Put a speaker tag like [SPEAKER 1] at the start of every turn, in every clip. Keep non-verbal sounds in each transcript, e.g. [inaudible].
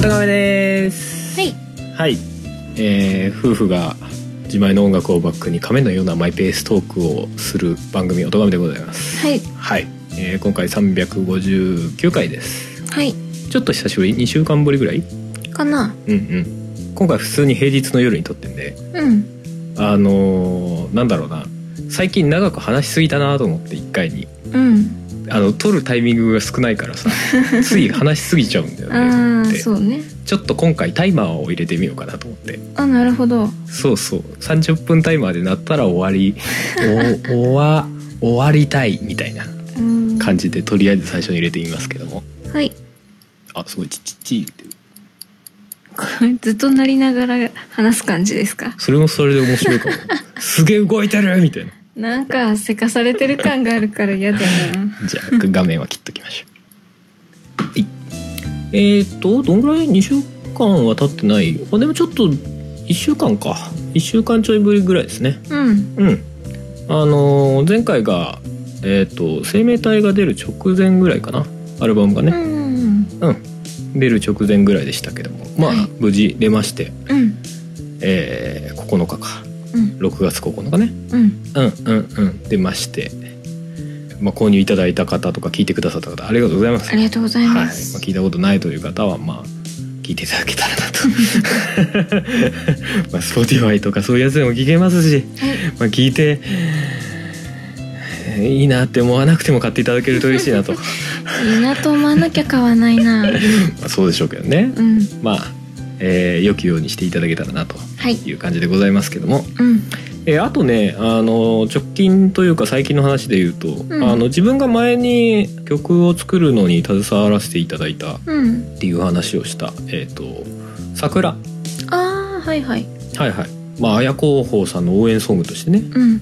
[SPEAKER 1] 片亀です
[SPEAKER 2] はい
[SPEAKER 1] はい、えー夫婦が自前の音楽をバックに亀のようなマイペーストークをする番組「音亀」でございます
[SPEAKER 2] はい
[SPEAKER 1] はい、えー今回359回です
[SPEAKER 2] はい
[SPEAKER 1] ちょっと久しぶり2週間ぶりぐらい
[SPEAKER 2] かな
[SPEAKER 1] うんうん今回普通に平日の夜に撮ってんで
[SPEAKER 2] うん
[SPEAKER 1] あのーなんだろうな最近長く話しすぎたなと思って1回に
[SPEAKER 2] うん
[SPEAKER 1] あの撮るタイミングが少ないから [laughs] さつい話しすぎちゃうんだよ
[SPEAKER 2] あ
[SPEAKER 1] ね
[SPEAKER 2] あ
[SPEAKER 1] で
[SPEAKER 2] そうね
[SPEAKER 1] ちょっと今回タイマーを入れてみようかなと思って
[SPEAKER 2] あなるほど
[SPEAKER 1] そうそう30分タイマーで鳴ったら終わりお [laughs] 終わ終わりたいみたいな
[SPEAKER 2] うん
[SPEAKER 1] 感じでとりあえず最初に入れてみますけども
[SPEAKER 2] はい [laughs]
[SPEAKER 1] あすごいちっちっちって
[SPEAKER 2] これずっとなりながら話す感じですか
[SPEAKER 1] それもそれで面白いかもすげえ動いてるみたいな
[SPEAKER 2] なんかせかされてる感があるから嫌だな
[SPEAKER 1] じゃあ画面は切っときましょうはいえー、っとどんぐらい2週間は経ってないあでもちょっと1週間か1週間ちょいぶりぐらいですね
[SPEAKER 2] [laughs] うん
[SPEAKER 1] うんあのー前回がえーっと生命体が出る直前ぐらいかなアルバムが
[SPEAKER 2] う
[SPEAKER 1] ね、
[SPEAKER 2] ん
[SPEAKER 1] 出る直前ぐらいでしたけどもまあ
[SPEAKER 2] はい
[SPEAKER 1] 無事出まして、
[SPEAKER 2] うん
[SPEAKER 1] えー9日か
[SPEAKER 2] うん
[SPEAKER 1] 6月9日ね
[SPEAKER 2] うん
[SPEAKER 1] うんうんうん出まして、まあ、購入いただいた方とか聞いてくださった方ありがとうございます
[SPEAKER 2] ありがとうござい
[SPEAKER 1] はいまあ
[SPEAKER 2] ます、
[SPEAKER 1] 聞いたことないという方はまあ聞いていただけたらなと
[SPEAKER 2] [laughs]
[SPEAKER 1] まあ Spotify とか [laughs] そういうやつでも聞けますし、
[SPEAKER 2] はい
[SPEAKER 1] まあ、聞いてえーいいなって思わなくても買っていただけると嬉しいな [laughs] とま
[SPEAKER 2] いいなと思わなきゃ買わない [laughs] な
[SPEAKER 1] あそうでしょうけどね
[SPEAKER 2] うん
[SPEAKER 1] まあ、えー良きようにしていただけたらなと
[SPEAKER 2] はい
[SPEAKER 1] いう感じでございますけども、
[SPEAKER 2] うん
[SPEAKER 1] えーあとねあの直近というか最近の話で言うと、
[SPEAKER 2] ん
[SPEAKER 1] あの自分が前に曲を作るのに携わらせていただいたっ
[SPEAKER 2] うん
[SPEAKER 1] ていう話をした「えー、と桜」
[SPEAKER 2] ああはいはい
[SPEAKER 1] はいはいまあ綾候補さんの応援ソングとしてね「
[SPEAKER 2] うん
[SPEAKER 1] うん、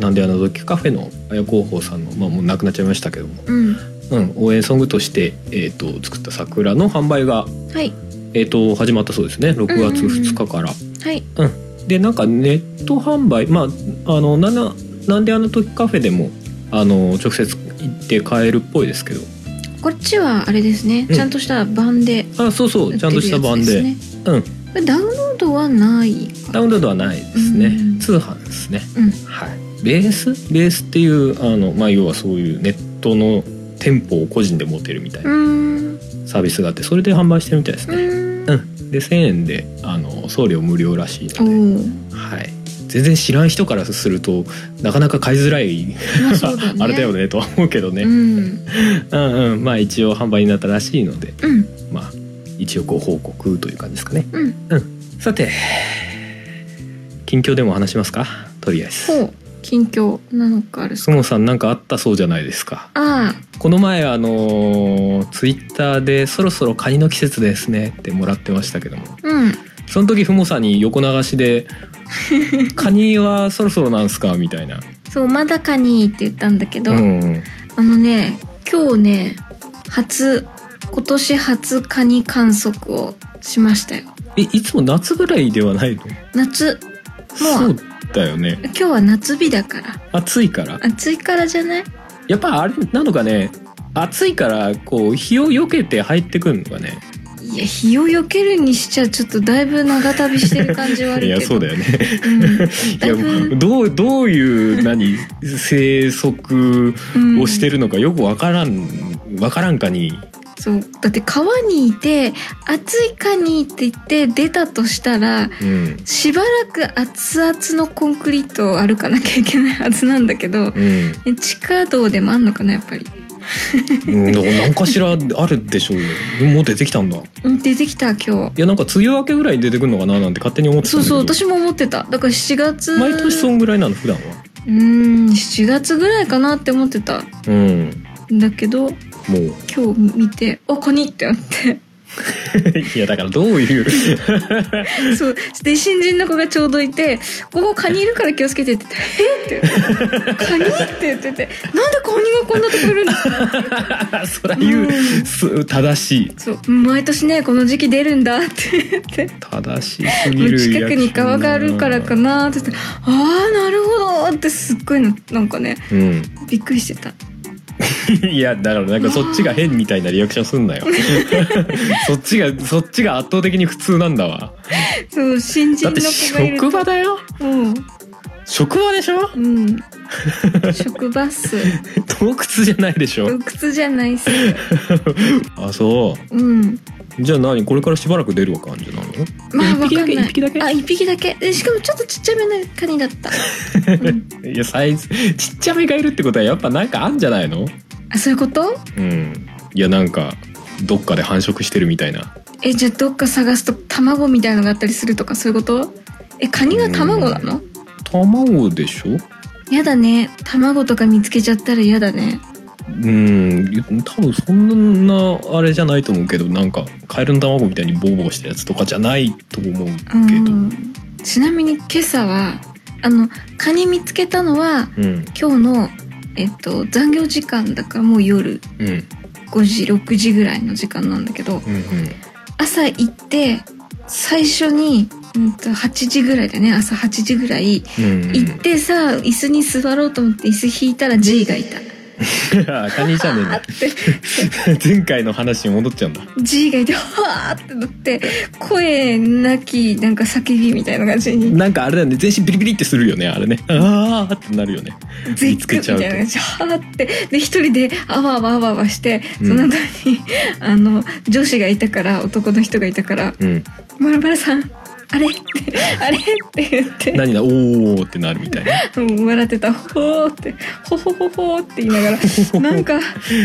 [SPEAKER 1] なんであの時カフェ」の綾候補さんの、まあ、もう亡くなっちゃいましたけども、
[SPEAKER 2] うん
[SPEAKER 1] うん、応援ソングとして、えー、と作った「桜」の販売が、
[SPEAKER 2] はい
[SPEAKER 1] えー、と始まったそうですね6月2日から。
[SPEAKER 2] はい
[SPEAKER 1] でなんかネット販売まああのなななんであの時カフェでもあの直接行って買えるっぽいですけど
[SPEAKER 2] こっちはあれですね、
[SPEAKER 1] うん
[SPEAKER 2] ちゃんとした版で
[SPEAKER 1] あそうそうちゃんとした版でうん
[SPEAKER 2] うんダウンロードはないか
[SPEAKER 1] ダウンロードはないですね、
[SPEAKER 2] うん
[SPEAKER 1] 通販ですね
[SPEAKER 2] うん
[SPEAKER 1] はいベースベースっていうあのまあ要はそういうネットの店舗を個人で持てるみたいうな
[SPEAKER 2] ーん
[SPEAKER 1] サービスがあってそれで販売してるみたいです
[SPEAKER 2] う
[SPEAKER 1] ね
[SPEAKER 2] ーん
[SPEAKER 1] うんで1000円であの送料無料らしい
[SPEAKER 2] お
[SPEAKER 1] ので
[SPEAKER 2] お
[SPEAKER 1] はい全然知らん人からするとなかなか買いづらい、
[SPEAKER 2] まあそうだね
[SPEAKER 1] あれだよねとは思うけどね、
[SPEAKER 2] うん
[SPEAKER 1] うんうんまあ一応販売になったらしいので
[SPEAKER 2] うん
[SPEAKER 1] まあ一応ご報告という感じですかね
[SPEAKER 2] うん
[SPEAKER 1] さて近況でも話しますかとりあえず
[SPEAKER 2] ほう近況なのかあるっす
[SPEAKER 1] すもさんなんかあったそうじゃないですか
[SPEAKER 2] あ
[SPEAKER 1] この前あのツイッター Twitter で「そろそろカニの季節ですね」ってもらってましたけども
[SPEAKER 2] あうん
[SPEAKER 1] その時ふもさんに横流し
[SPEAKER 2] [laughs]
[SPEAKER 1] で「カニはそろそろなんすか?」みたいな
[SPEAKER 2] そうまだかにって言ったんだけど、
[SPEAKER 1] うんうん
[SPEAKER 2] あのね今日ね初今年初カニ観測をしましたよ
[SPEAKER 1] えいつも夏ぐらいではないの
[SPEAKER 2] 夏
[SPEAKER 1] そ
[SPEAKER 2] もう
[SPEAKER 1] うだよね
[SPEAKER 2] 今日は夏日だから
[SPEAKER 1] 暑いから
[SPEAKER 2] 暑いからじゃない
[SPEAKER 1] やっぱあれなのかね暑いからこう日を避けて入ってくるのがね
[SPEAKER 2] いや日を避けるにしちゃちょっとだいぶ長旅してる感じはあ
[SPEAKER 1] [laughs]
[SPEAKER 2] る
[SPEAKER 1] い
[SPEAKER 2] けど
[SPEAKER 1] やそうだよねい
[SPEAKER 2] だいぶ
[SPEAKER 1] やどうどういう何生息
[SPEAKER 2] うんうん
[SPEAKER 1] をしてるのかよくわからんわからんかに
[SPEAKER 2] そうだって川にいて暑いかにって言って出たとしたら
[SPEAKER 1] うん
[SPEAKER 2] しばらく熱々のコンクリートを歩かなきゃいけないはずなんだけど
[SPEAKER 1] うん
[SPEAKER 2] え地下道でもあんのかなやっぱり
[SPEAKER 1] うんだから何かしらあるでしょうよもう出てきたんだい
[SPEAKER 2] うん出てきた今日
[SPEAKER 1] やなんか梅雨明けぐらいに出てくるのかななんて勝手に思ってた
[SPEAKER 2] そ
[SPEAKER 1] ん
[SPEAKER 2] う
[SPEAKER 1] だけ
[SPEAKER 2] そう
[SPEAKER 1] ど
[SPEAKER 2] 私も思ってただから7月
[SPEAKER 1] 毎年そ
[SPEAKER 2] うん
[SPEAKER 1] ぐらいなの普段は
[SPEAKER 2] ーん7月ぐらいかなって思ってた
[SPEAKER 1] うん
[SPEAKER 2] んだけど
[SPEAKER 1] もう
[SPEAKER 2] 今日見て「あカニ!」ってなって
[SPEAKER 1] [laughs] いやだからどう
[SPEAKER 2] [laughs]
[SPEAKER 1] いう
[SPEAKER 2] そうで新人の子がちょうどいて「ここカニいるから気をつけて」って言って「えっ?」て「カニ?」って言ってて「なんでカニがこんなとこいるんですか?」
[SPEAKER 1] そら言うす正しい
[SPEAKER 2] そう毎年ねこの時期出るんだって言って
[SPEAKER 1] 正しすぎる
[SPEAKER 2] 近くに川があるからかなって言って「ああなるほど」ってすっごいななんかね
[SPEAKER 1] うん
[SPEAKER 2] びっくりしてた
[SPEAKER 1] いやだからなんかそっちが変みたいなリアクションすん
[SPEAKER 2] [laughs]
[SPEAKER 1] なよそっちがそっちが圧倒的に普通なんだわ
[SPEAKER 2] そう新人
[SPEAKER 1] だっ
[SPEAKER 2] の
[SPEAKER 1] て
[SPEAKER 2] 子がいる
[SPEAKER 1] 職場だよ
[SPEAKER 2] うん
[SPEAKER 1] 職場でしょ
[SPEAKER 2] うん、職場っす
[SPEAKER 1] 洞窟じゃないでしょ
[SPEAKER 2] 洞窟じゃないっす
[SPEAKER 1] あそ
[SPEAKER 2] うん
[SPEAKER 1] うじゃあ何これからしばらく出る感じなの
[SPEAKER 2] まあ
[SPEAKER 1] 一
[SPEAKER 2] わ
[SPEAKER 1] 匹
[SPEAKER 2] か
[SPEAKER 1] だ
[SPEAKER 2] ん
[SPEAKER 1] け
[SPEAKER 2] ない
[SPEAKER 1] 一匹だけ
[SPEAKER 2] あ一匹だけえしかもちょっとちっちゃめなカニだった、うん
[SPEAKER 1] いやサイズちっちゃめがいるってことはやっぱなんかあんじゃないの
[SPEAKER 2] あそういうこと
[SPEAKER 1] うんいやなんかどっかで繁殖してるみたいな
[SPEAKER 2] えじゃあどっか探すと卵みたいのがあったりするとかそういうことえカニが卵なの
[SPEAKER 1] 卵でしょ
[SPEAKER 2] やだね卵とか見つけちゃったらやだね
[SPEAKER 1] うん多分そんなあれじゃないと思うけどなんかカエルの卵みたいにボーボーしたやつとかじゃないと思うけ
[SPEAKER 2] う
[SPEAKER 1] ど
[SPEAKER 2] んちなみに今朝はあのカニ見つけたのは
[SPEAKER 1] うん
[SPEAKER 2] 今日のえっと残業時間だからもう夜
[SPEAKER 1] うんうん
[SPEAKER 2] 5時6時ぐらいの時間なんだけど朝行って最初に、うん、と8時ぐらいだね朝8時ぐらい
[SPEAKER 1] うんうん
[SPEAKER 2] 行ってさ椅子に座ろうと思って椅子引いたら J がいた
[SPEAKER 1] あカニじゃねえん [laughs]
[SPEAKER 2] あ
[SPEAKER 1] だ
[SPEAKER 2] って
[SPEAKER 1] 前回の話に戻っちゃうんだ
[SPEAKER 2] G がいてわーってなって声なきなんか叫びみたいな感じに
[SPEAKER 1] なんかあれだね全身ビリビリってするよねあれねああってなるよね
[SPEAKER 2] 絶句みたいな感じはーってで一人であわあわあわあわして
[SPEAKER 1] うん
[SPEAKER 2] その後に、あの女子がいたから男の人がいたから
[SPEAKER 1] うん
[SPEAKER 2] 「バラバラさんあれ?」って「あれ?」って言って
[SPEAKER 1] 何だおーってなるみたいな
[SPEAKER 2] うん笑ってた「ほー」って「ほほほほ」って言いながらなんか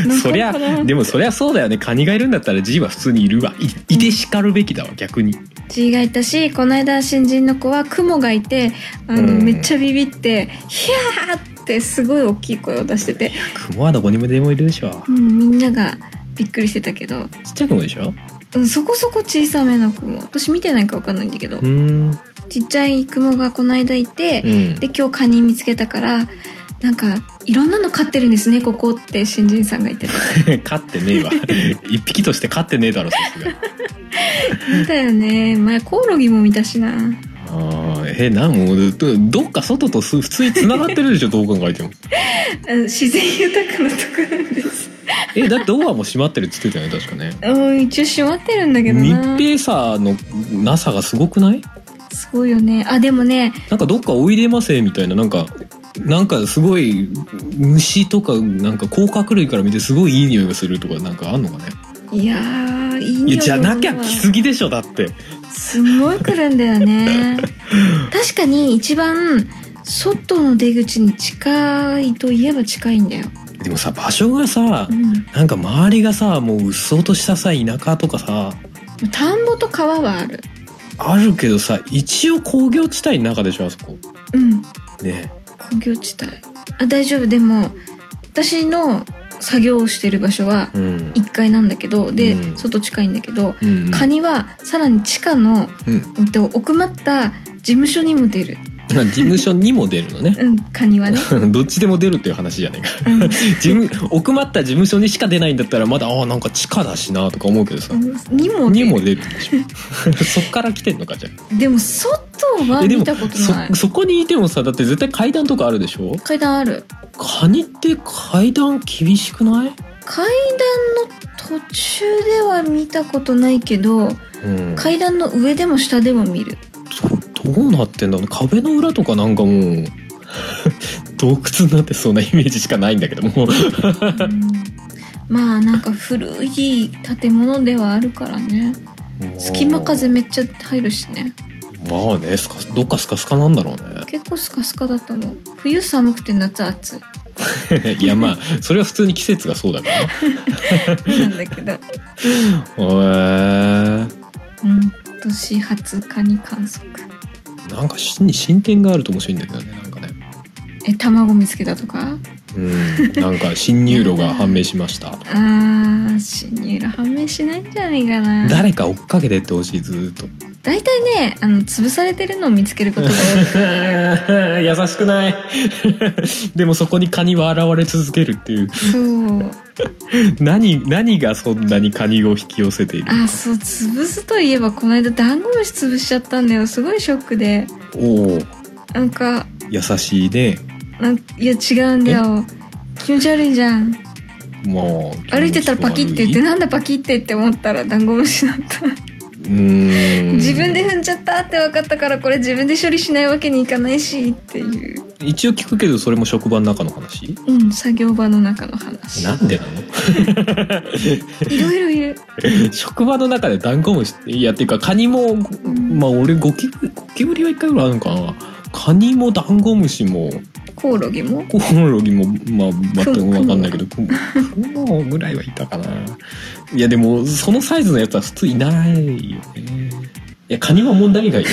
[SPEAKER 2] なん
[SPEAKER 1] そりゃ
[SPEAKER 2] かな
[SPEAKER 1] でもそりゃそうだよねカニがいるんだったら G は普通にいるわいいてしかるべきだわ逆に
[SPEAKER 2] G がいたしこの間新人の子はクモがいてあの、
[SPEAKER 1] うん
[SPEAKER 2] めっちゃビビって「ひゃー!」ってすごい大きい声を出してて、
[SPEAKER 1] 雲はどこにもでもいるでしょ
[SPEAKER 2] うん、みんながびっくりしてたけど、
[SPEAKER 1] ちっちゃい雲でしょ
[SPEAKER 2] うん、そこそこ小さめのクモ私見てないか分かんないんだけど
[SPEAKER 1] うーん
[SPEAKER 2] ちっちゃいクモがこの間いて
[SPEAKER 1] う、ん [laughs]
[SPEAKER 2] で今日カニ見つけたからなんかいろんなの飼ってるんですねここって新人さんが言ってた
[SPEAKER 1] 飼ってねえわ一匹として飼ってねえだろさすが
[SPEAKER 2] だよね前コオロギも見たしな
[SPEAKER 1] あーえなんもうどどっか外とす普通に繋がってるでしょどう考えても
[SPEAKER 2] うん自然豊かなとこなんです
[SPEAKER 1] えだってドアも閉まってるっつってたよね確かね
[SPEAKER 2] うん一応閉まってるんだけど
[SPEAKER 1] 密
[SPEAKER 2] な
[SPEAKER 1] 閉さのなさがすごくない
[SPEAKER 2] すごいよねあでもね
[SPEAKER 1] なんかどっかおいでませみたいななんかなんかすごい虫とかなんか甲殻類から見てすごいいい匂いがするとかなんかあんのかね
[SPEAKER 2] いやーいい匂
[SPEAKER 1] い
[SPEAKER 2] い
[SPEAKER 1] やじゃなきゃ
[SPEAKER 2] だわ
[SPEAKER 1] 来すぎでしょだって
[SPEAKER 2] すごい来るんだ
[SPEAKER 1] [laughs]
[SPEAKER 2] よね確かに一番外の出口に近いといえば近いんだよ、
[SPEAKER 1] でもさ場所がさ
[SPEAKER 2] うん、
[SPEAKER 1] なんか周りがさもううっそうとしたさ田舎とかさ
[SPEAKER 2] 田んぼと川はある
[SPEAKER 1] あるけどさ一応工業地帯の中でしょあそこ
[SPEAKER 2] うん
[SPEAKER 1] ね
[SPEAKER 2] 工業地帯あ大丈夫でも私の作業をしてる場所は
[SPEAKER 1] うん
[SPEAKER 2] 1階なんだけどで、
[SPEAKER 1] うん
[SPEAKER 2] 外近いんだけど、
[SPEAKER 1] うん
[SPEAKER 2] カニはさらに地下の、
[SPEAKER 1] うん
[SPEAKER 2] うんと、奥まった事務所にも出る、
[SPEAKER 1] まあ事務所にも出るのね
[SPEAKER 2] うん、カニ
[SPEAKER 1] [laughs]
[SPEAKER 2] はね、
[SPEAKER 1] どっちでも出るっていう話じゃねえか
[SPEAKER 2] うん
[SPEAKER 1] 事務奥まった事務所にしか出ないんだったらまだああなんか地下だしなとか思うけどさ、
[SPEAKER 2] にも
[SPEAKER 1] にも出るでし [laughs] ょそっから来てんのかじゃ
[SPEAKER 2] でも外は
[SPEAKER 1] えでも
[SPEAKER 2] 見たことない
[SPEAKER 1] あそそこにいてもさだって絶対階段とかあるでしょ
[SPEAKER 2] 階段ある
[SPEAKER 1] カニって階段厳しくない
[SPEAKER 2] 階段の途中では見たことないけど
[SPEAKER 1] うん
[SPEAKER 2] 階段の上でも下でも見る
[SPEAKER 1] どどうなってんだろう壁の裏とかなんかもう [laughs] 洞窟になってそうなイメージしかないんだけども
[SPEAKER 2] うんまあなんか古い建物ではあるからね [laughs] 隙間風めっちゃ入るしね
[SPEAKER 1] まあねスカどっかスカスカなんだろうね
[SPEAKER 2] 結構スカスカだったもん冬寒くて夏暑
[SPEAKER 1] [laughs]
[SPEAKER 2] い
[SPEAKER 1] いやまあそれは普通に季節がそうだからね
[SPEAKER 2] なんだ
[SPEAKER 1] [laughs]
[SPEAKER 2] けど、
[SPEAKER 1] へー
[SPEAKER 2] うん、今年20日に観測
[SPEAKER 1] なんかし進展があると面白いんだけどねなんかね
[SPEAKER 2] え卵見つけたとか
[SPEAKER 1] うん、なんか侵入路が判明しました
[SPEAKER 2] あー侵入路判明しないんじゃないかな
[SPEAKER 1] 誰か追っかけてってほしいずーっと
[SPEAKER 2] 大体ねあの潰されてるのを見つけることが多
[SPEAKER 1] [laughs]
[SPEAKER 2] い
[SPEAKER 1] 優しくない [laughs] でもそこにカニは現れ続けるっていう
[SPEAKER 2] そう
[SPEAKER 1] 何何がそんなにカニを引き寄せている
[SPEAKER 2] あそう潰すといえばこの間ダンゴムシ潰しちゃったんだよすごいショックで
[SPEAKER 1] おお
[SPEAKER 2] なんか
[SPEAKER 1] 優しいね
[SPEAKER 2] なんいや違うんだよ気持ち悪いじゃん
[SPEAKER 1] もう
[SPEAKER 2] 歩いてたらパキって言って
[SPEAKER 1] う
[SPEAKER 2] なんだパキってって思ったらダンゴムシだった
[SPEAKER 1] ーん
[SPEAKER 2] 自分で踏んじゃったって分かったからこれ自分で処理しないわけにいかないしっていう
[SPEAKER 1] 一応聞くけどそれも職場の中の話
[SPEAKER 2] うん作業場の中の話
[SPEAKER 1] なんでなの [laughs]
[SPEAKER 2] いろいろいる
[SPEAKER 1] 職場の中でダンゴムシいやっていうかカニもまあ俺ゴキブリゴキブリは一回ぐらいあるのかなカニもダンゴムシも
[SPEAKER 2] コオロギも
[SPEAKER 1] コオロギもまあ全く分かんないけどクモクモぐらいはいたかないやでもそのサイズのやつは普通いないよねいやカニは問題以外よ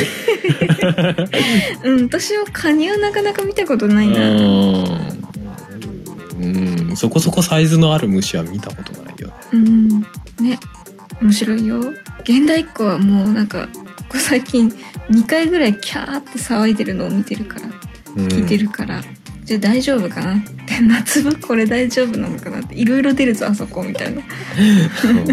[SPEAKER 2] うん私はカニはなかなか見たことな
[SPEAKER 1] う
[SPEAKER 2] いな
[SPEAKER 1] ーんうんそこそこサイズのある虫は見たことないよね
[SPEAKER 2] うんね面白いよ現代っ子はもうなんかここ最近2回ぐらいキャーって騒いでるのを見てるから
[SPEAKER 1] うん
[SPEAKER 2] 聞いてるから、じゃあ大丈夫かなって夏場これ大丈夫なのかなっていろいろ出るぞあそこみたいな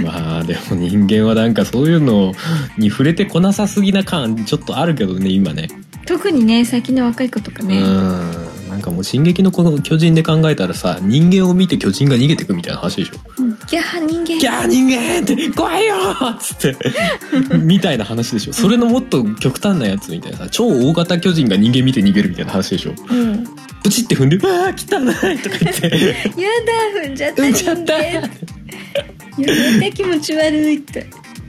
[SPEAKER 1] まあでも人間はなんかそういうのに触れてこなさすぎな感ちょっとあるけどね今ね
[SPEAKER 2] 特にね最近の若い子とか
[SPEAKER 1] う
[SPEAKER 2] ね、
[SPEAKER 1] んなんかもう「進撃のこの巨人」で考えたらさ人間を見て巨人が逃げてくみたいな話でしょ
[SPEAKER 2] うんギャー人
[SPEAKER 1] ギ
[SPEAKER 2] 間
[SPEAKER 1] ャー人間って怖いよーっつってみたいな話でしょそれのもっと極端なやつみたいなさ超大型巨人が人間見て逃げるみたいな話でしょ
[SPEAKER 2] うん
[SPEAKER 1] プチって踏んで「ああ汚い!」とか言って
[SPEAKER 2] やだ踏んじゃ
[SPEAKER 1] 「
[SPEAKER 2] っ
[SPEAKER 1] 踏
[SPEAKER 2] た
[SPEAKER 1] んじ
[SPEAKER 2] 人
[SPEAKER 1] ゃった!」
[SPEAKER 2] 間やめて気持ち悪いって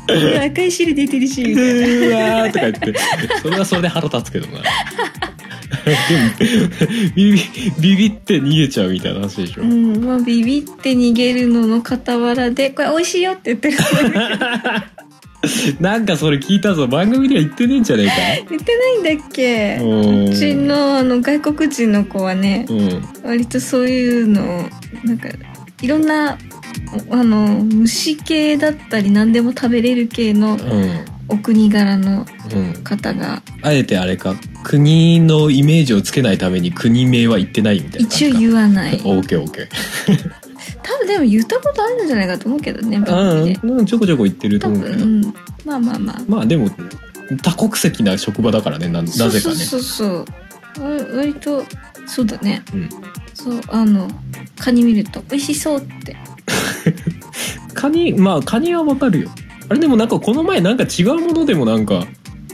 [SPEAKER 2] 赤い汁出てるしみ
[SPEAKER 1] う
[SPEAKER 2] たいな
[SPEAKER 1] ーわーとか言ってそれはそれで腹立つけどなでもビビビビって逃げちゃうみたいな話でしょ、
[SPEAKER 2] うんまあビビって逃げるのの傍らでこれ美味しいよって言ってる
[SPEAKER 1] なんかそれ聞いたぞ番組では言ってねえんじゃねえ
[SPEAKER 2] 言ってないんだっけ
[SPEAKER 1] かうん
[SPEAKER 2] うちのあの外国人の子はね
[SPEAKER 1] うん
[SPEAKER 2] 割とそういうのなんかいろんなあの虫系だったり何でも食べれる系の
[SPEAKER 1] うん
[SPEAKER 2] お国柄の
[SPEAKER 1] うん、
[SPEAKER 2] 方が
[SPEAKER 1] あえてあれか国のイメージをつけないために国名は言ってないみたいな
[SPEAKER 2] 一応言わない多
[SPEAKER 1] オーケーオーケ
[SPEAKER 2] 分でも言ったことあるんじゃないかと思うけどね番組で
[SPEAKER 1] ーうんうんちょこちょこ言ってると
[SPEAKER 2] 多
[SPEAKER 1] 思
[SPEAKER 2] 分
[SPEAKER 1] うけど、
[SPEAKER 2] うんまあまあまあ
[SPEAKER 1] まあでも多国籍な職場だからねななぜかね
[SPEAKER 2] そうそうそうそうわ割とそうだね
[SPEAKER 1] うん
[SPEAKER 2] そうあのカニ見ると美味しそうって
[SPEAKER 1] カニまあカニはわかるよあれでもなんかこの前なんか違うものでもなんか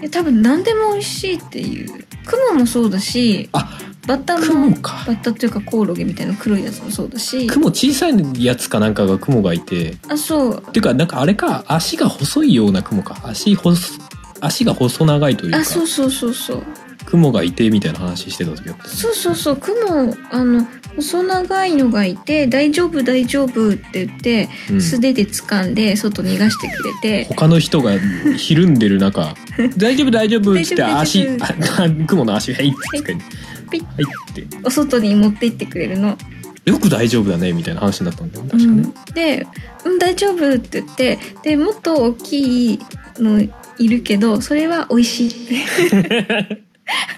[SPEAKER 2] え多分何でも美味しいっていうクモもそうだし
[SPEAKER 1] あ
[SPEAKER 2] バッタ
[SPEAKER 1] ク
[SPEAKER 2] も
[SPEAKER 1] モ
[SPEAKER 2] バ
[SPEAKER 1] か
[SPEAKER 2] ッタっていうかコオロギみたいな黒いやつもそうだし
[SPEAKER 1] クモ小さいやつかなんかがクモがいて
[SPEAKER 2] あそう
[SPEAKER 1] てかなんかあれか足が細いようなクモか足細足が細長いというか
[SPEAKER 2] あそうそうそうそう
[SPEAKER 1] クモがいてみたいな話してた時あったよね
[SPEAKER 2] そうそうそうクモあの細長いのがいて「大丈夫大丈夫」って言って
[SPEAKER 1] うん
[SPEAKER 2] 素手で掴んで外逃がしてくれて、
[SPEAKER 1] 他の人がひるんでる
[SPEAKER 2] [laughs]
[SPEAKER 1] 中「大丈夫大丈夫」っつって
[SPEAKER 2] 大
[SPEAKER 1] 足
[SPEAKER 2] 丈夫大
[SPEAKER 1] あ [laughs] クモの足が「はい」ってつけて
[SPEAKER 2] ピッ
[SPEAKER 1] はい」って
[SPEAKER 2] お外に持って行ってくれるの
[SPEAKER 1] よく大丈夫だねみたいな話になったんだよね確かね、
[SPEAKER 2] うん、で「うん大丈夫」って言ってでもっと大きいのいるけどそれは美味しいって
[SPEAKER 1] [laughs]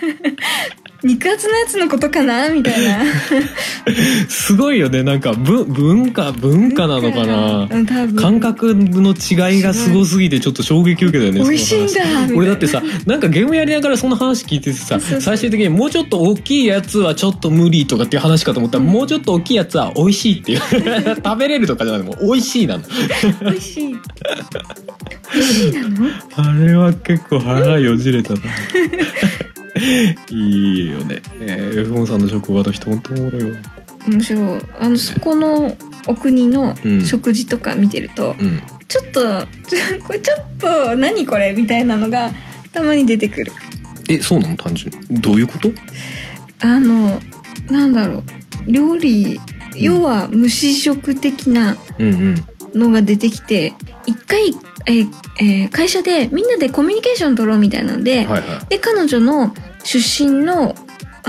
[SPEAKER 2] 肉厚なやつのことかなみたいな
[SPEAKER 1] すごいよねなんかぶ文化文化なのかな、
[SPEAKER 2] うん、多分
[SPEAKER 1] 感覚の違いがすごすぎてちょっと衝撃受けたよね。
[SPEAKER 2] 美味しいんだ
[SPEAKER 1] その話
[SPEAKER 2] みたいな
[SPEAKER 1] 俺だってさ、なんかゲームやりながらその話聞いててさ、
[SPEAKER 2] そうそう
[SPEAKER 1] 最終的にもうちょっと大きいやつはちょっと無理とかっていう話かと思ったら、もうちょっと大きいやつは美味しいっていう。 [laughs] 食べれるとかじゃなくてもう美味しいなの。
[SPEAKER 2] 美味しい美味しいなの
[SPEAKER 1] あれは結構腹よじれたな。いいよね。えー、F ンさんの職場の人本当おもろいわ。
[SPEAKER 2] 面白いあのそこのお国の
[SPEAKER 1] うん
[SPEAKER 2] 食事とか見てると、
[SPEAKER 1] うん。
[SPEAKER 2] ちょっと [laughs] ちょこれちょっと何これみたいなのがたまに出てくる
[SPEAKER 1] え、そうなの単純に。どういうこと
[SPEAKER 2] あのなんだろう料理要は無視食的な
[SPEAKER 1] うんうん。
[SPEAKER 2] のが出てきて一回、えーえー会社でみんなでコミュニケーション取ろうみたいなので、
[SPEAKER 1] はいは
[SPEAKER 2] で彼女の出身のあ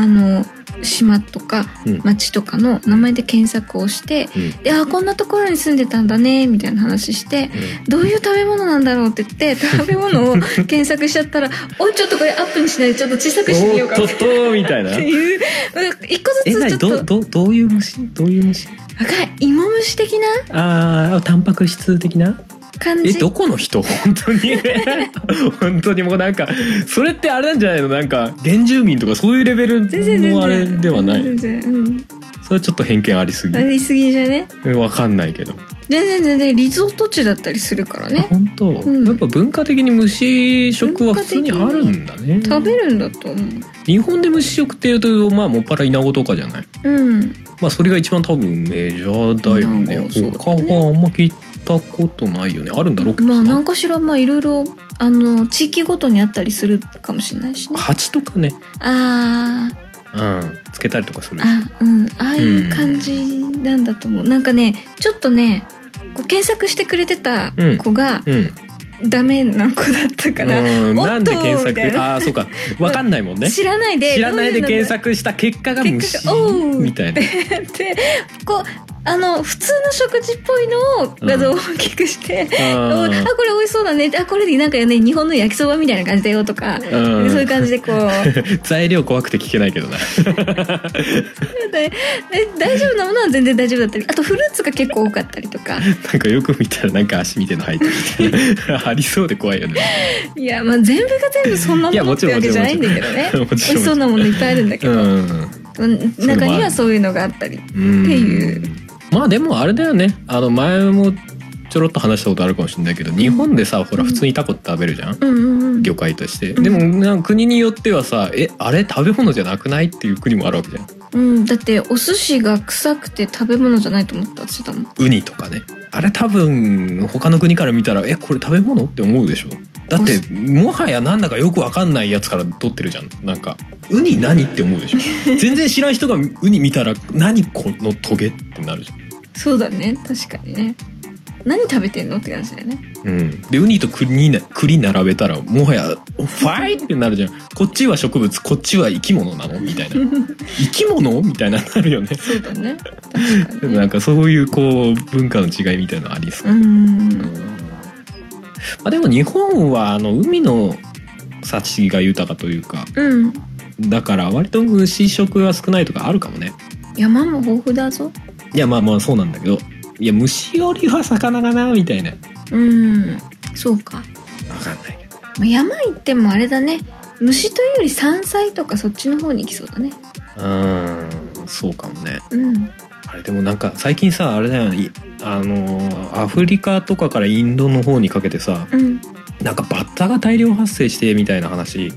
[SPEAKER 2] あの島とか
[SPEAKER 1] うん
[SPEAKER 2] 町とかの名前で検索をして、
[SPEAKER 1] うん
[SPEAKER 2] であこんなところに住んでたんだねみたいな話して、どういう食べ物なんだろうって言って食べ物を検索しちゃったら [laughs] 「おいちょっとこれアップにしないでちょっと小さくしてみよ
[SPEAKER 1] おっ
[SPEAKER 2] うか」
[SPEAKER 1] と
[SPEAKER 2] っ
[SPEAKER 1] っとみ [laughs] たいな
[SPEAKER 2] ていううん一個
[SPEAKER 1] え
[SPEAKER 2] ず
[SPEAKER 1] 何
[SPEAKER 2] つちょ
[SPEAKER 1] ど
[SPEAKER 2] っと
[SPEAKER 1] どどういう虫どういう虫
[SPEAKER 2] 若い芋虫的な
[SPEAKER 1] あータンパク質的な
[SPEAKER 2] 感
[SPEAKER 1] え
[SPEAKER 2] じ
[SPEAKER 1] どこの人本当に [laughs] 本当にもうなんかそれってあれなんじゃないのなんか原住民とかそういうレベル
[SPEAKER 2] 全然全
[SPEAKER 1] のあれ
[SPEAKER 2] 然
[SPEAKER 1] ではない
[SPEAKER 2] 全然うん
[SPEAKER 1] それはちょっと偏見ありすぎ
[SPEAKER 2] ありすぎじゃね
[SPEAKER 1] わかんないけど
[SPEAKER 2] 全然全然リゾート地だったりするから
[SPEAKER 1] あ
[SPEAKER 2] ね
[SPEAKER 1] 本当、
[SPEAKER 2] ん
[SPEAKER 1] やっぱ文化的に虫食は普通にあるんだね
[SPEAKER 2] 食べるんだと思う
[SPEAKER 1] 日本で虫食っていうとまあもっぱらイナゴとかじゃない
[SPEAKER 2] うん
[SPEAKER 1] まあそれが一番多分メジャーだよ
[SPEAKER 2] イナ
[SPEAKER 1] ね
[SPEAKER 2] ゴそうだね
[SPEAKER 1] 他はあんま聞いたことないよねあるんだろうけど
[SPEAKER 2] ま
[SPEAKER 1] さ
[SPEAKER 2] あ何かしらまあいろいろあの地域ごとにあったりするかもしれないしね
[SPEAKER 1] 蜂とかね、
[SPEAKER 2] あー
[SPEAKER 1] うん、つけたりとかする
[SPEAKER 2] あうんああいう感じなんだと思う、なんかねちょっとねこう検索してくれてた子が
[SPEAKER 1] うん
[SPEAKER 2] ダメな子だったから、
[SPEAKER 1] うん、なんで検
[SPEAKER 2] おっとみたい
[SPEAKER 1] 索
[SPEAKER 2] な
[SPEAKER 1] ああーそうかわかんないもんね
[SPEAKER 2] 知らないで
[SPEAKER 1] 知らないで検
[SPEAKER 2] ど
[SPEAKER 1] 索した結果が虫
[SPEAKER 2] 結果が [laughs] おう
[SPEAKER 1] みたいな
[SPEAKER 2] ういうのだってこうあの普通の食事っぽいのを画像を大きくして、お
[SPEAKER 1] あ
[SPEAKER 2] あ
[SPEAKER 1] ー
[SPEAKER 2] これ美味しそうだねあこれなんかね日本の焼きそばみたいな感じだよとか、
[SPEAKER 1] うん
[SPEAKER 2] そういう感
[SPEAKER 1] [laughs]
[SPEAKER 2] じでこう
[SPEAKER 1] 材料怖くて聞けないけどな
[SPEAKER 2] でで大丈夫なものは全然大丈夫だったりあとフルーツが結構多かったりとか
[SPEAKER 1] なんかよく見たらなんか足見てんの入ってるみたいな [laughs] ありそうで怖いよね
[SPEAKER 2] いやまあ全部が全部そんなも
[SPEAKER 1] いや
[SPEAKER 2] の
[SPEAKER 1] も
[SPEAKER 2] っ
[SPEAKER 1] ち
[SPEAKER 2] て
[SPEAKER 1] ろん
[SPEAKER 2] わけじゃないんだけどね美
[SPEAKER 1] も
[SPEAKER 2] 味
[SPEAKER 1] ちろんもちろん
[SPEAKER 2] しそうなものいっぱいあるんだけ
[SPEAKER 1] う
[SPEAKER 2] ど、
[SPEAKER 1] ん
[SPEAKER 2] 中にはそういうのがあったり
[SPEAKER 1] うん
[SPEAKER 2] っていう
[SPEAKER 1] まあでもあれだよねあの前もちょろっと話したことあるかもしれないけど日本でさほら普通にタコって食べるじゃん
[SPEAKER 2] うんうんうん
[SPEAKER 1] 魚介として
[SPEAKER 2] うん
[SPEAKER 1] でもなんか国によってはさえあれ食べ物じゃなくないっていう国もあるわけじゃん
[SPEAKER 2] うん、だってお寿司が臭くて食べ物じゃないと思ったって言ってたもん
[SPEAKER 1] ウニとかねあれ多分他の国から見たらえこれ食べ物って思うでしょだってもはやなんだかよくわかんないやつから取ってるじゃんなんかウニ何って思うで [laughs] しょ全然知らん人がウニ見たら何このトゲってなるじゃん
[SPEAKER 2] そうだね確かにね何食べてんのって感じだよね
[SPEAKER 1] うん、でウニと栗な栗並べたらもはや「ファイ!」ってなるじゃんこっちは植物こっちは生き物なのみた [laughs] いな生き物みたいななるよね
[SPEAKER 2] そうだね確かに
[SPEAKER 1] な [laughs]
[SPEAKER 2] ね
[SPEAKER 1] んかそういうこう文化の違いみたいなのありそう
[SPEAKER 2] う、ん
[SPEAKER 1] うんまあ、でも日本はあの海の幸が豊かというか
[SPEAKER 2] うん
[SPEAKER 1] だから割と虫食が少ないとかあるかもね
[SPEAKER 2] 山も豊富だぞ
[SPEAKER 1] いやまあまあそうなんだけどいや虫よりは魚かなみたいなわ
[SPEAKER 2] うんそうか
[SPEAKER 1] かんないけど
[SPEAKER 2] まあ山行ってもあれだね虫というより山菜とかそっちの方に行きそうだね
[SPEAKER 1] うんそうかもね
[SPEAKER 2] うん
[SPEAKER 1] あれでもなんか最近さあれだよねいあのーアフリカとかからインドの方にかけてさ
[SPEAKER 2] うん
[SPEAKER 1] なんかバッタが大量発生してみたいな話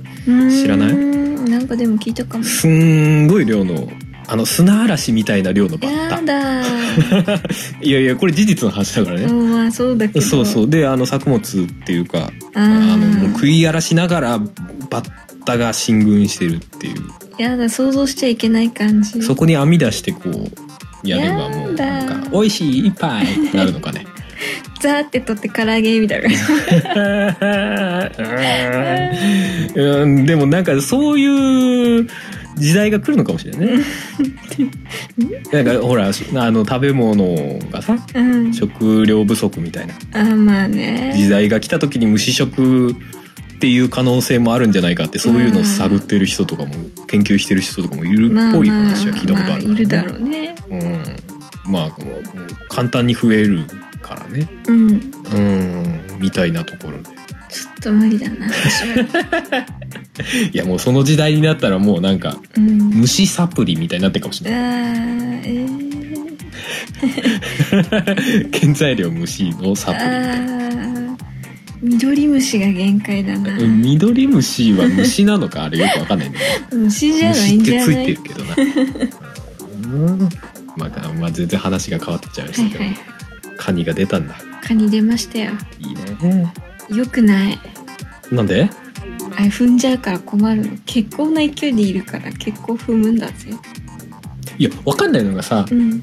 [SPEAKER 1] 知らない
[SPEAKER 2] うんなんかでも聞いた [laughs] かも
[SPEAKER 1] すんごい量のあの砂嵐みたいな量のバッタ
[SPEAKER 2] や
[SPEAKER 1] [laughs]
[SPEAKER 2] だー
[SPEAKER 1] いやいやこれ事実の話だからね、
[SPEAKER 2] うんまあそうだけど
[SPEAKER 1] そうそううであの作物っていうか
[SPEAKER 2] あ
[SPEAKER 1] あのもう
[SPEAKER 2] の
[SPEAKER 1] 食い荒らしながらバッタが進軍してるっていう、
[SPEAKER 2] やだ想像しちゃいけない感じ
[SPEAKER 1] そこに網出してこうやればもう
[SPEAKER 2] やだ
[SPEAKER 1] なんか「美味しい一杯!」ってなるのかね
[SPEAKER 2] ザーって取って唐揚げみたいな
[SPEAKER 1] うん、 [laughs] でもなんかそういう時代が来るのかもしれない
[SPEAKER 2] [laughs]
[SPEAKER 1] ね。なんかほらあの食べ物がさ
[SPEAKER 2] うん
[SPEAKER 1] 食料不足みたいな
[SPEAKER 2] あまあね
[SPEAKER 1] 時代が来た時に虫食っていう可能性もあるんじゃないかってそういうのを探ってる人とかも研究してる人とかもいるっ
[SPEAKER 2] まあ
[SPEAKER 1] ぽい
[SPEAKER 2] まあ
[SPEAKER 1] 話は聞いたことある、
[SPEAKER 2] まあいるだろうね
[SPEAKER 1] うん、まあこう簡単に増えるからね、
[SPEAKER 2] うんちょ
[SPEAKER 1] うん、みたいなところで。
[SPEAKER 2] っと無理だな私は
[SPEAKER 1] いやもうその時代になったらもうなんか
[SPEAKER 2] うん
[SPEAKER 1] 虫サプリみたいになってるかもし
[SPEAKER 2] あ
[SPEAKER 1] れない
[SPEAKER 2] ーえー、
[SPEAKER 1] [laughs] 原材料虫のサプリみたいな
[SPEAKER 2] あ緑虫が限界だな、
[SPEAKER 1] うん緑虫は虫なのかあれよくわかんないんだけ
[SPEAKER 2] 虫じ
[SPEAKER 1] ど
[SPEAKER 2] ゃな
[SPEAKER 1] 虫
[SPEAKER 2] いん
[SPEAKER 1] っ
[SPEAKER 2] じ
[SPEAKER 1] て
[SPEAKER 2] ゃ
[SPEAKER 1] つ
[SPEAKER 2] ない
[SPEAKER 1] いてるけ
[SPEAKER 2] [laughs]
[SPEAKER 1] どなうんまあ、まあ、全然話が変わってっちゃいま
[SPEAKER 2] は
[SPEAKER 1] し
[SPEAKER 2] い
[SPEAKER 1] たけど、
[SPEAKER 2] はい
[SPEAKER 1] カニが出たんだ
[SPEAKER 2] 蚊に出ましたよ
[SPEAKER 1] いいね
[SPEAKER 2] よくない
[SPEAKER 1] なんで
[SPEAKER 2] あれ踏んじゃうから困るの結構な勢いでいるから結構踏むんだぜ
[SPEAKER 1] いやわかんないのがさ
[SPEAKER 2] うん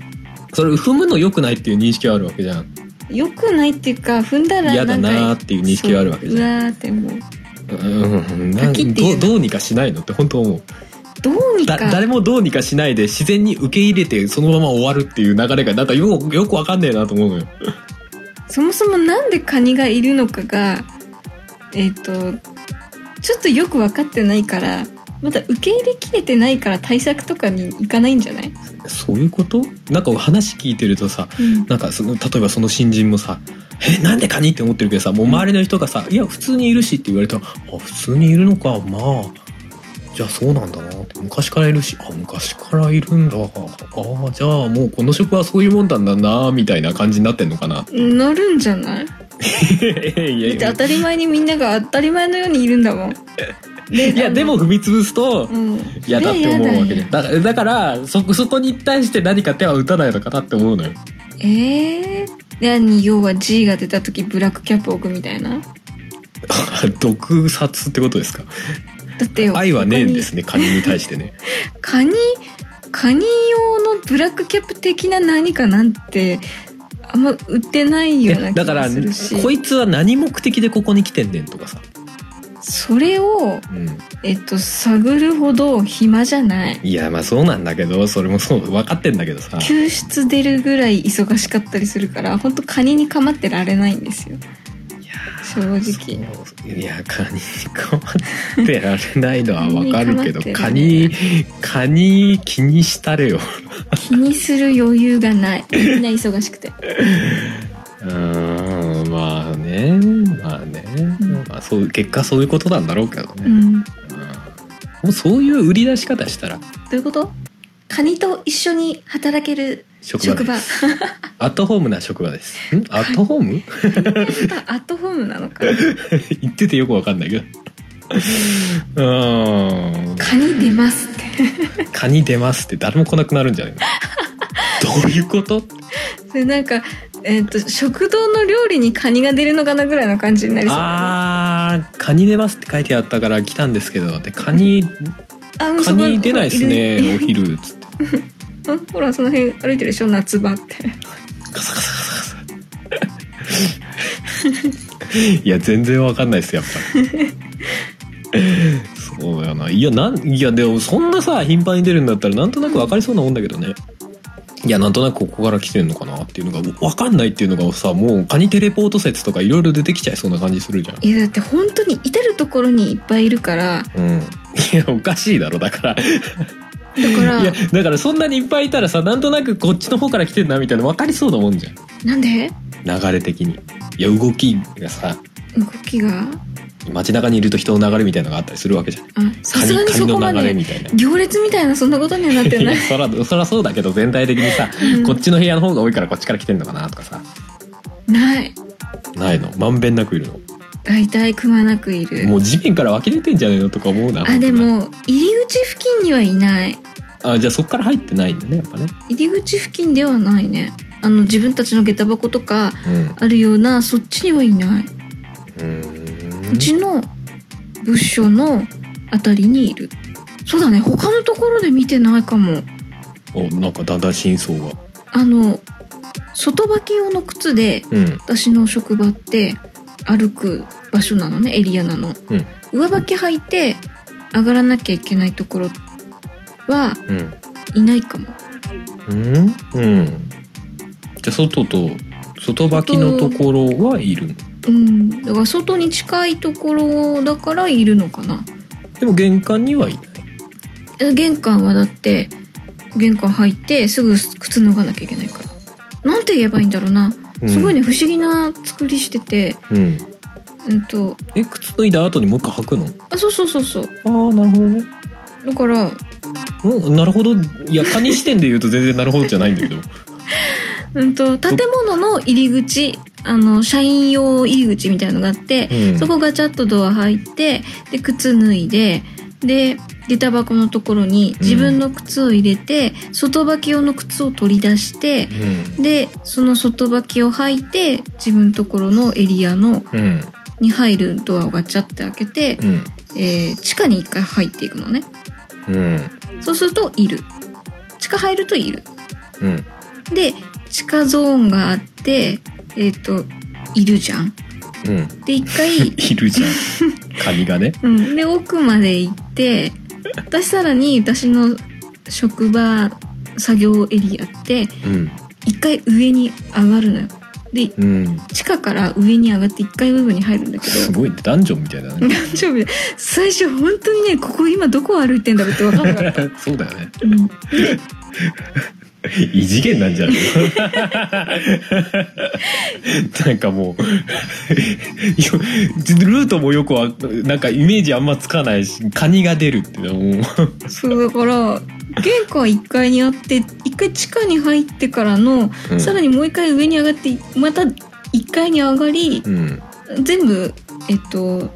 [SPEAKER 1] それ踏むの良くないっていう認識はあるわけじゃん
[SPEAKER 2] よくないっていうか踏んだら
[SPEAKER 1] 嫌
[SPEAKER 2] な
[SPEAKER 1] だ
[SPEAKER 2] んか
[SPEAKER 1] なーっていう認識はあるわけ
[SPEAKER 2] そう
[SPEAKER 1] じ
[SPEAKER 2] う
[SPEAKER 1] ゃん
[SPEAKER 2] わーってもう
[SPEAKER 1] うんうんうんなん
[SPEAKER 2] パキッて
[SPEAKER 1] ど
[SPEAKER 2] いう
[SPEAKER 1] うどうにかしないのって本当思う
[SPEAKER 2] どうにか
[SPEAKER 1] だ誰もどうにかしないで自然に受け入れてそのまま終わるっていう流れがなんかよくよくわかんねえなと思うのよ。
[SPEAKER 2] そもそもなんでカニがいるのかがえっ、とちょっとよく分かってないからまだ受け入れきれてないから対策とかに行かないんじゃない、
[SPEAKER 1] そういうことなんか話聞いてるとさ
[SPEAKER 2] うん
[SPEAKER 1] なんかその例えばその新人もさ「えなんでカニ?」って思ってるけどさもう周りの人がさ「いや普通にいるし」って言われたら「あ普通にいるのかまあじゃあそうなんだな」って昔からいるし「あ昔からいるんだああじゃあもうこの職はそういうもんなんだな」みたいな感じになってんのかな
[SPEAKER 2] なるんじゃない
[SPEAKER 1] [laughs] いやい
[SPEAKER 2] だって当たり前にみんなが当たり前のようにいるんだもん。
[SPEAKER 1] いやでも踏み潰すと
[SPEAKER 2] うん。
[SPEAKER 1] 嫌だって思うわけで
[SPEAKER 2] いや
[SPEAKER 1] だからだからそそこに対して何か手は打たないのかなって思うのよ [laughs]
[SPEAKER 2] ええー。何要は G が出た時ブラックキャップ置くみたいな。
[SPEAKER 1] 毒殺ってことですか
[SPEAKER 2] だってよ
[SPEAKER 1] 愛はねえんですねカニに対してね
[SPEAKER 2] カニ、カニ用のブラックキャップ的な何かなんて、あんま売ってないよう
[SPEAKER 1] だ
[SPEAKER 2] な気
[SPEAKER 1] か
[SPEAKER 2] が
[SPEAKER 1] ら
[SPEAKER 2] するし。
[SPEAKER 1] こいつは何目的でここに来てんねんとかさ、
[SPEAKER 2] それを、
[SPEAKER 1] うん、
[SPEAKER 2] えっと、探るほど暇じゃない。
[SPEAKER 1] いやまあそうなんだけどそれもそう分かってんだけどさ
[SPEAKER 2] 救出出るぐらい忙しかったりするから、本当カニに構ってられないんですよ。正直。
[SPEAKER 1] そういやカニに構ってられないのは分かるけどカ
[SPEAKER 2] カニ
[SPEAKER 1] ニ
[SPEAKER 2] に
[SPEAKER 1] カニ気にしたれよ
[SPEAKER 2] 気にする余裕
[SPEAKER 1] [laughs]
[SPEAKER 2] がないみんな忙しくて
[SPEAKER 1] うーんまあねまあね、
[SPEAKER 2] うん
[SPEAKER 1] まあ、そう結果そういうことなんだろうけど
[SPEAKER 2] う
[SPEAKER 1] ね、
[SPEAKER 2] んど
[SPEAKER 1] うんもうそういう売り出し方したら
[SPEAKER 2] ういうことカニと一緒に働ける
[SPEAKER 1] 職場
[SPEAKER 2] 職
[SPEAKER 1] で
[SPEAKER 2] 場
[SPEAKER 1] アットホームな職場ですんアットホーム
[SPEAKER 2] [laughs] アットホームなのか
[SPEAKER 1] 言っててよく分かんないけどうーん
[SPEAKER 2] カニ出ますって
[SPEAKER 1] カニ出ますって誰も来なくなるんじゃないのどういうこと
[SPEAKER 2] それなんか、えっと食堂の料理にカニが出るのかなぐらいの感じになりそうあ
[SPEAKER 1] あーカニ出ますって書いてあったから来たんですけどでカニ
[SPEAKER 2] あうん
[SPEAKER 1] カ
[SPEAKER 2] そこ
[SPEAKER 1] ニ出ないです
[SPEAKER 2] ほら
[SPEAKER 1] ね
[SPEAKER 2] い
[SPEAKER 1] お
[SPEAKER 2] る
[SPEAKER 1] 昼つって
[SPEAKER 2] うんほらその辺歩いてるでしょ夏場って
[SPEAKER 1] カサカサカサカサ [laughs] いや全然わかんないですやっぱりそうだよないやなんいやでもそんなさ頻繁に出るんだったらなんとなくわかりそうなもんだけどねいやなんとなくここから来てんのかなっていうのがわかんないっていうのがさもうカニテレポート説とかいろいろ出てきちゃいそうな感じするじゃん
[SPEAKER 2] いやだって本当に至る所にいっぱいいるから
[SPEAKER 1] うんいやおかしいだろだから
[SPEAKER 2] だから
[SPEAKER 1] いやだからそんなにいっぱいいたらさなんとなくこっちの方から来てんなみたいな分かりそうなもんじゃん
[SPEAKER 2] なんで
[SPEAKER 1] 流れ的にいや動きがさ
[SPEAKER 2] 動きが
[SPEAKER 1] 街中にいると人の流れみたいなのがあったりするわけじゃん
[SPEAKER 2] あさすがに
[SPEAKER 1] カニ
[SPEAKER 2] そこま
[SPEAKER 1] の流れ
[SPEAKER 2] で
[SPEAKER 1] みたいな
[SPEAKER 2] 行列みたいなそんなことにはなって
[SPEAKER 1] い
[SPEAKER 2] な
[SPEAKER 1] や
[SPEAKER 2] い
[SPEAKER 1] [laughs] そらそらそうだけど全体的にさ、
[SPEAKER 2] うん
[SPEAKER 1] こっちの部屋の方が多いからこっちから来てんのかなとかさ
[SPEAKER 2] [laughs] ない
[SPEAKER 1] ないのまんべんなくいるの
[SPEAKER 2] 大体くまなくいる
[SPEAKER 1] もう地面から湧き出てんじゃねえのとか思うな
[SPEAKER 2] あでも入り口付近にはいない
[SPEAKER 1] あじゃあそっから入ってないんだねやっぱね
[SPEAKER 2] 入り口付近ではないねあの自分たちの下駄箱とか
[SPEAKER 1] うん
[SPEAKER 2] あるようなそっちにはいないう
[SPEAKER 1] ーん
[SPEAKER 2] うちの部署のあたりにいるそうだね他のところで見てないかも
[SPEAKER 1] おなんかだんだん真相が
[SPEAKER 2] あの外履き用の靴で
[SPEAKER 1] うん
[SPEAKER 2] 私の職場って歩く場所なのねエリアなの、
[SPEAKER 1] うん
[SPEAKER 2] 上履き履いて上がらなきゃいけないところは
[SPEAKER 1] うん
[SPEAKER 2] いないかも
[SPEAKER 1] うんうんじゃあ外と外履きのところはいるの
[SPEAKER 2] うんだから外に近いところだからいるのかな
[SPEAKER 1] でも玄関にはいない
[SPEAKER 2] え玄関はだって玄関入ってすぐ靴脱がなきゃいけないからなんて言えばいいんだろうな、
[SPEAKER 1] うん
[SPEAKER 2] すごいね不思議な作りしてて
[SPEAKER 1] うん
[SPEAKER 2] うんと
[SPEAKER 1] え靴脱いだ後にもう一回履くの
[SPEAKER 2] あそうそうそうそう
[SPEAKER 1] ああなるほどね
[SPEAKER 2] だから
[SPEAKER 1] うんなるほどいやカニ視点で言うと全然なるほどじゃないんだけど
[SPEAKER 2] うんと建物の入り口あの社員用入り口みたいのがあって、
[SPEAKER 1] うん
[SPEAKER 2] そこガチャッとドア入ってで靴脱いでで下駄箱のところに自分の靴を入れて、外履き用の靴を取り出して
[SPEAKER 1] う
[SPEAKER 2] でその外履きを履いて自分ところのエリアの
[SPEAKER 1] んうん
[SPEAKER 2] に入るドアをガチャって開けて、
[SPEAKER 1] うん
[SPEAKER 2] えー地下に一回入っていくのね
[SPEAKER 1] うん
[SPEAKER 2] そうするといる地下入るといる
[SPEAKER 1] うん
[SPEAKER 2] で地下ゾーンがあってえっ、といるじゃん
[SPEAKER 1] うん
[SPEAKER 2] で一回
[SPEAKER 1] [laughs] いるじゃんカニがね
[SPEAKER 2] うんで奥まで行って私さらに私の職場作業エリアって
[SPEAKER 1] うん
[SPEAKER 2] 一回上に上がるのよで
[SPEAKER 1] うん
[SPEAKER 2] 地下から上に上がって一階部分に入るんだけ
[SPEAKER 1] す
[SPEAKER 2] ど
[SPEAKER 1] ごいねダンジョンみたいだね
[SPEAKER 2] 大丈夫最初本当にねここ今どこを歩いてんだろうって分かんなかった、
[SPEAKER 1] そうだよね
[SPEAKER 2] うん、
[SPEAKER 1] 異次元なんじゃないのなんかもうよルートもよくわなんかイメージあんまつかないしカニが出るっていうのはも
[SPEAKER 2] そうだから玄関1階にあって1回地下に入ってからの、
[SPEAKER 1] う、うん、
[SPEAKER 2] さらにもう1回上に上がってまた1階に上がり
[SPEAKER 1] うん
[SPEAKER 2] 全部えっと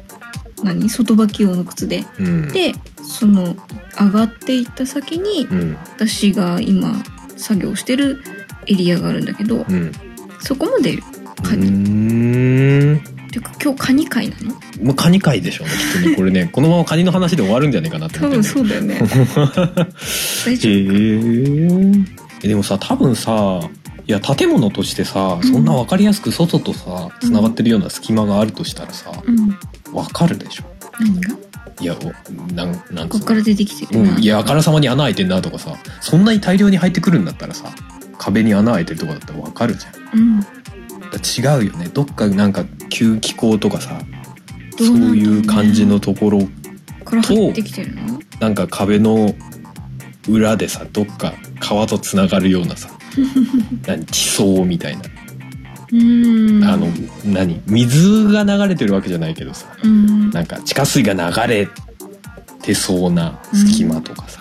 [SPEAKER 2] 何外履き用の靴で
[SPEAKER 1] うん
[SPEAKER 2] でその上がっていった先に
[SPEAKER 1] うん
[SPEAKER 2] 私が今作業してるエリアがあるんだけど
[SPEAKER 1] うん
[SPEAKER 2] そこも出るカニ、
[SPEAKER 1] うーん
[SPEAKER 2] てか今日カニ会なの
[SPEAKER 1] まあ、カニ界でしょうねきっとね
[SPEAKER 2] [laughs]
[SPEAKER 1] これねこのままカニの話で終わるんじゃないかなって
[SPEAKER 2] 多
[SPEAKER 1] 思って
[SPEAKER 2] 分そうだよね大
[SPEAKER 1] へ
[SPEAKER 2] 丈夫
[SPEAKER 1] えでもさ多分さいや建物としてさ
[SPEAKER 2] うん
[SPEAKER 1] そんな分かりやすく外とさつながってるような隙間があるとしたらさ
[SPEAKER 2] うん
[SPEAKER 1] 分かるでしょ
[SPEAKER 2] 何が
[SPEAKER 1] いやおなんなんつ
[SPEAKER 2] こ
[SPEAKER 1] う
[SPEAKER 2] っから出てきてる
[SPEAKER 1] の、
[SPEAKER 2] な、
[SPEAKER 1] うん、いやあからさまに穴開いてんなとかさそんなに大量に入ってくるんだったらさ壁に穴開いてるとかだったら分かるじゃん
[SPEAKER 2] うん
[SPEAKER 1] だから違うよねどっかなんか吸気口とかさ
[SPEAKER 2] どう
[SPEAKER 1] そ
[SPEAKER 2] なんだろう
[SPEAKER 1] う
[SPEAKER 2] ね
[SPEAKER 1] いう感じのところ
[SPEAKER 2] から入ってきてるの
[SPEAKER 1] なんか壁の裏でさどっか川とつながるよう
[SPEAKER 2] [laughs]
[SPEAKER 1] なさ何地層みたいな、
[SPEAKER 2] うーん
[SPEAKER 1] あの何水が流れてるわけじゃないけどさ
[SPEAKER 2] うん
[SPEAKER 1] なんか地下水が流れてそうな隙間とかさ、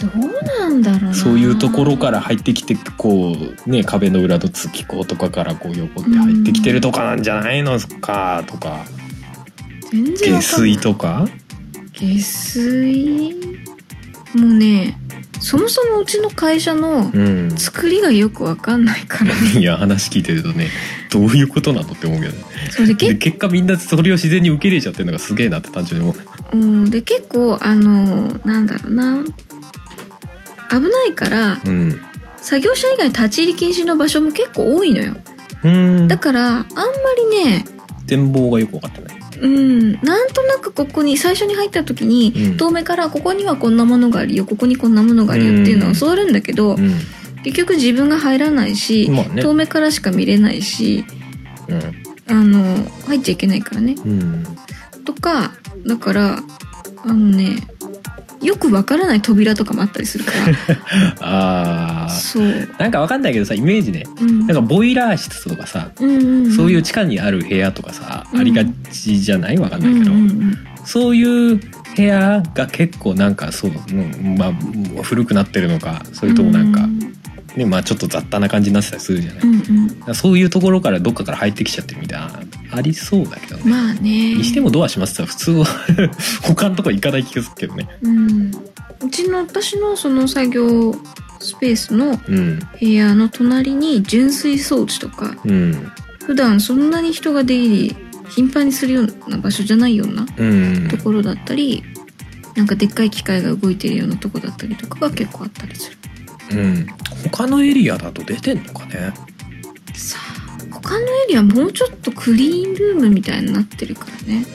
[SPEAKER 2] どうなんだろうな
[SPEAKER 1] そういうところから入ってきてこうね壁の裏の月光とかからこう横って入ってきてるとかなんじゃないのかとか
[SPEAKER 2] 全然
[SPEAKER 1] 下
[SPEAKER 2] わかんない
[SPEAKER 1] 水とか
[SPEAKER 2] 下水もうねそもそもうちの会社の
[SPEAKER 1] うん
[SPEAKER 2] 作りがよくわかんないから
[SPEAKER 1] [laughs] いや話聞いてるとねどういうことなのって思うけどね
[SPEAKER 2] それで
[SPEAKER 1] で
[SPEAKER 2] け、
[SPEAKER 1] 結果みんなそれを自然に受け入れちゃってるのがすげえなって単純に思う
[SPEAKER 2] うん、で結構あのなんだろうな危ないから
[SPEAKER 1] うん
[SPEAKER 2] 作業者以外立ち入り禁止の場所も結構多いのよ
[SPEAKER 1] うん
[SPEAKER 2] だからあんまりね
[SPEAKER 1] 展望がよく分かってない
[SPEAKER 2] うん、なんとなくここに最初に入った時に、
[SPEAKER 1] うん
[SPEAKER 2] 遠目からここにはこんなものがあるよここにこんなものがあるよっていうのを教わるんだけど、
[SPEAKER 1] う
[SPEAKER 2] 結局自分が入らないし、
[SPEAKER 1] まあね
[SPEAKER 2] 遠目からしか見れないしあの入っちゃいけないからね
[SPEAKER 1] んうん
[SPEAKER 2] とかだからあのねよくわからない扉とかもあったりするか
[SPEAKER 1] [laughs] あ
[SPEAKER 2] ら
[SPEAKER 1] ー
[SPEAKER 2] そう、
[SPEAKER 1] なんか分かんないけどさイメージね
[SPEAKER 2] うん、
[SPEAKER 1] なんかボイラー室とかさ
[SPEAKER 2] うんうんうん
[SPEAKER 1] そういう地下にある部屋とかさ、
[SPEAKER 2] うん
[SPEAKER 1] ありがちじゃないわかん
[SPEAKER 2] う
[SPEAKER 1] ないけ
[SPEAKER 2] ん
[SPEAKER 1] ど、
[SPEAKER 2] うんうん
[SPEAKER 1] そういう部屋が結構なんかそう、うんまあ、古くなってるのかそれともなんか、ねまあ、ちょっと雑多な感じになってたりするじゃない、
[SPEAKER 2] うんうん
[SPEAKER 1] そういうところからどっかから入ってきちゃってるみたいなありそうだけどね、
[SPEAKER 2] まあね
[SPEAKER 1] にしてもドアしますって言ったら普通は [laughs] 他のとこ行かない気がするけどね
[SPEAKER 2] うん、うちの私のその作業スペースの
[SPEAKER 1] うん
[SPEAKER 2] 部屋の隣に純水装置とか
[SPEAKER 1] うん
[SPEAKER 2] 普段そんなに人が出入り頻繁にするような場所じゃないような
[SPEAKER 1] うん
[SPEAKER 2] ところだったりなんかでっかい機械が動いてるようなとこだったりとかが結構あったりする
[SPEAKER 1] うん他のエリアだと出てんのかね
[SPEAKER 2] さあ他のエリアもうちょっとクリーンルームみたいになってるからね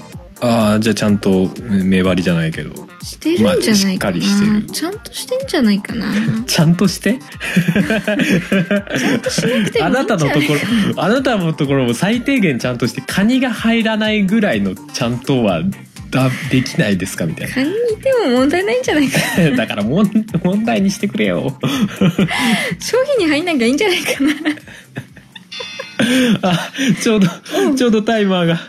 [SPEAKER 1] ああじゃあちゃんと目張りじゃないけど
[SPEAKER 2] してるんじ
[SPEAKER 1] ま
[SPEAKER 2] ゃないかな、
[SPEAKER 1] あしっかりしてる
[SPEAKER 2] ちゃんとしてんじゃないかな
[SPEAKER 1] ちゃんとして
[SPEAKER 2] ちゃんとしなくてもいい
[SPEAKER 1] あ
[SPEAKER 2] んじゃない
[SPEAKER 1] なた
[SPEAKER 2] [laughs]
[SPEAKER 1] のところ、あなたのところも最低限ちゃんとして、カニが入らないぐらいのちゃんとは、だ、 [laughs] できないですかみたい
[SPEAKER 2] 蚊にいても問題ないんじゃないかな
[SPEAKER 1] な。だからもん、問題にしてくれよ。
[SPEAKER 2] 商品に入んなきゃいいんじゃないかな
[SPEAKER 1] あ、 [laughs] ちょうど、ちょうどタイマーが、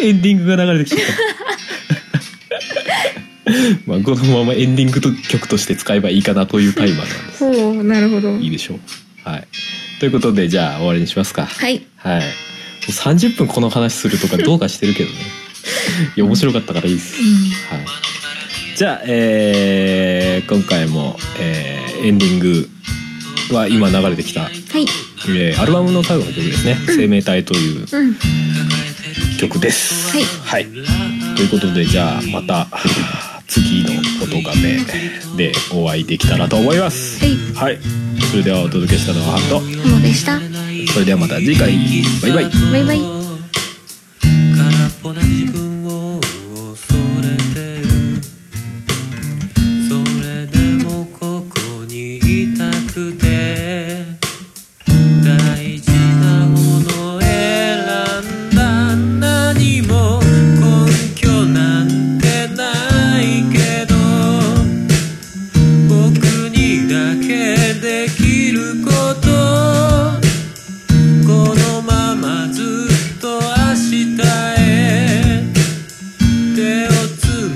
[SPEAKER 1] エンディングが流れてきちゃ [laughs] った。まあ、このままエンディングと曲として使えばいいかなというタイマーなんです。
[SPEAKER 2] ほうなるほど
[SPEAKER 1] いいでしょう。はい。ということで、じゃあ終わりにしますか。
[SPEAKER 2] はい
[SPEAKER 1] はい。もう30分この話するとかどうかしてる [laughs] けどね。いや、面白かったからいいです。はい、じゃあ、えー今回も、えーエンディングは今流れてきた、
[SPEAKER 2] はい
[SPEAKER 1] えーアルバムの最後の曲ですね「生命体」という
[SPEAKER 2] うん
[SPEAKER 1] 曲です。
[SPEAKER 2] はい
[SPEAKER 1] はい、ということでじゃあまた次の「音がめ」でお会いできたらと思います。
[SPEAKER 2] はい
[SPEAKER 1] はい、それではお届けしたのはハン
[SPEAKER 2] ハモでした
[SPEAKER 1] トそれではまた次回バイバイ
[SPEAKER 2] バイバイ
[SPEAKER 3] 空っぽな自分を恐れてる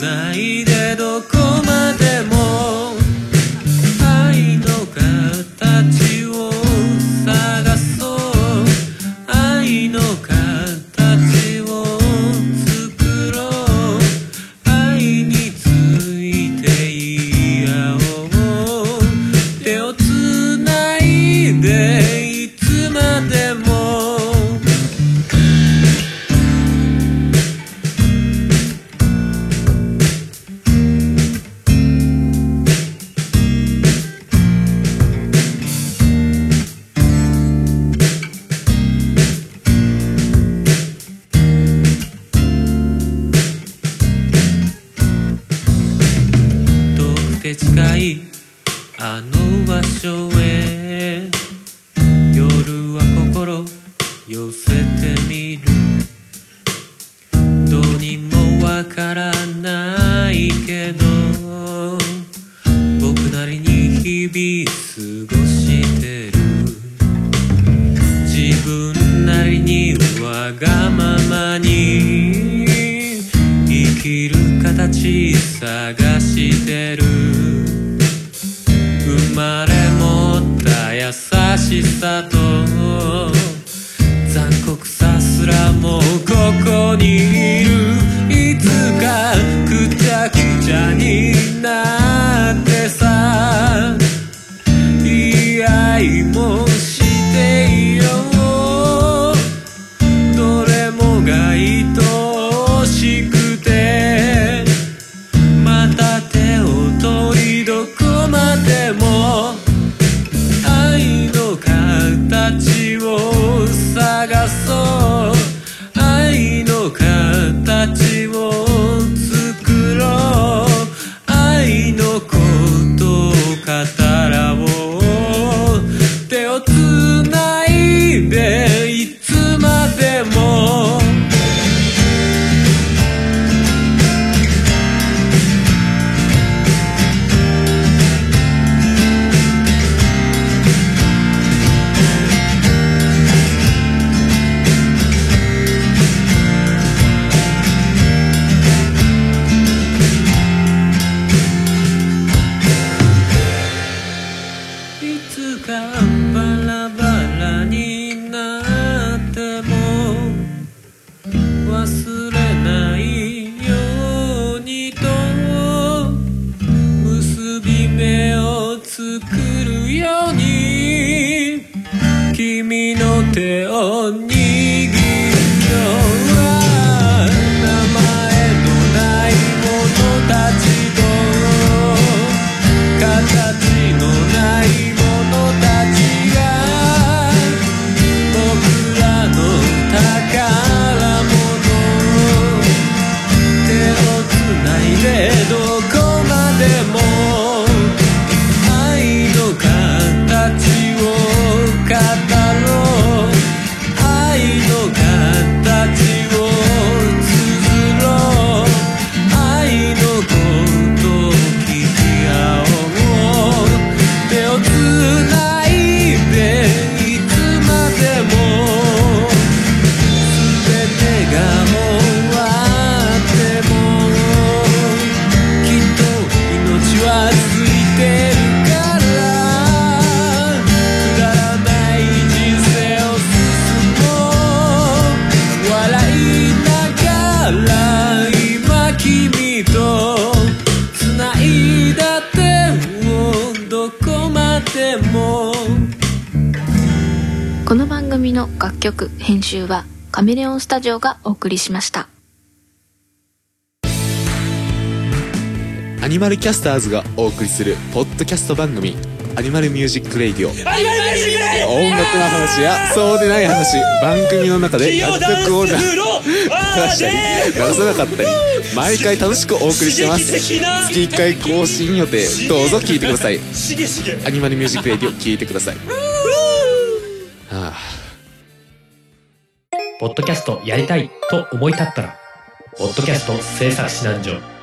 [SPEAKER 3] ないでどこまでも愛の形を探そう愛の形を作ろう愛について言い合おう手をつないでいつまでも遠くて近いあの場所へ夜は心寄せてみるどうにもわからないけど僕なりに日々過ごしてる自分なりにわがままに生きる形探してる生まれ持った優しさと残酷さすらもうここにいるいつかくちゃくちゃになってさ言い合いもしていようどれもが愛おしくてまた手を取りどこまでも愛の形を探そう愛の形を作ろう愛のことを語らおう手をつないでいつまでもいつかバラバラになっても忘れないようにと結び目を作るように君の手を握るは名前のない者たちと「形のない者たちが僕らの宝物」「手をつないでどこまでも愛の形を語ろう」「愛の形を綴ろう」「愛のことを聞き合おう」「手をつないでいつまでも」「全てが終わっても」「きっと命はついてるから」「くだらない人生を進もう」「笑いながら今君と」「つないだ手をどこまでも」
[SPEAKER 4] この番組の楽曲編集はカメレオンスタジオがお送りしました
[SPEAKER 5] アニマルキャスターズがお送りするポッドキャスト番組「アニマルミュージック・レイディオ」音楽の話やそうでない話番組の中で楽曲を流 [laughs] したり流さなかったり毎回楽しくお送りしてます月1回更新予定どうぞ聞いてくださいアニマルミュージック・レイディオ聞いてくださいはあ
[SPEAKER 6] ポッドキャストやりたいと思い立ったら、ポッドキャスト制作指南所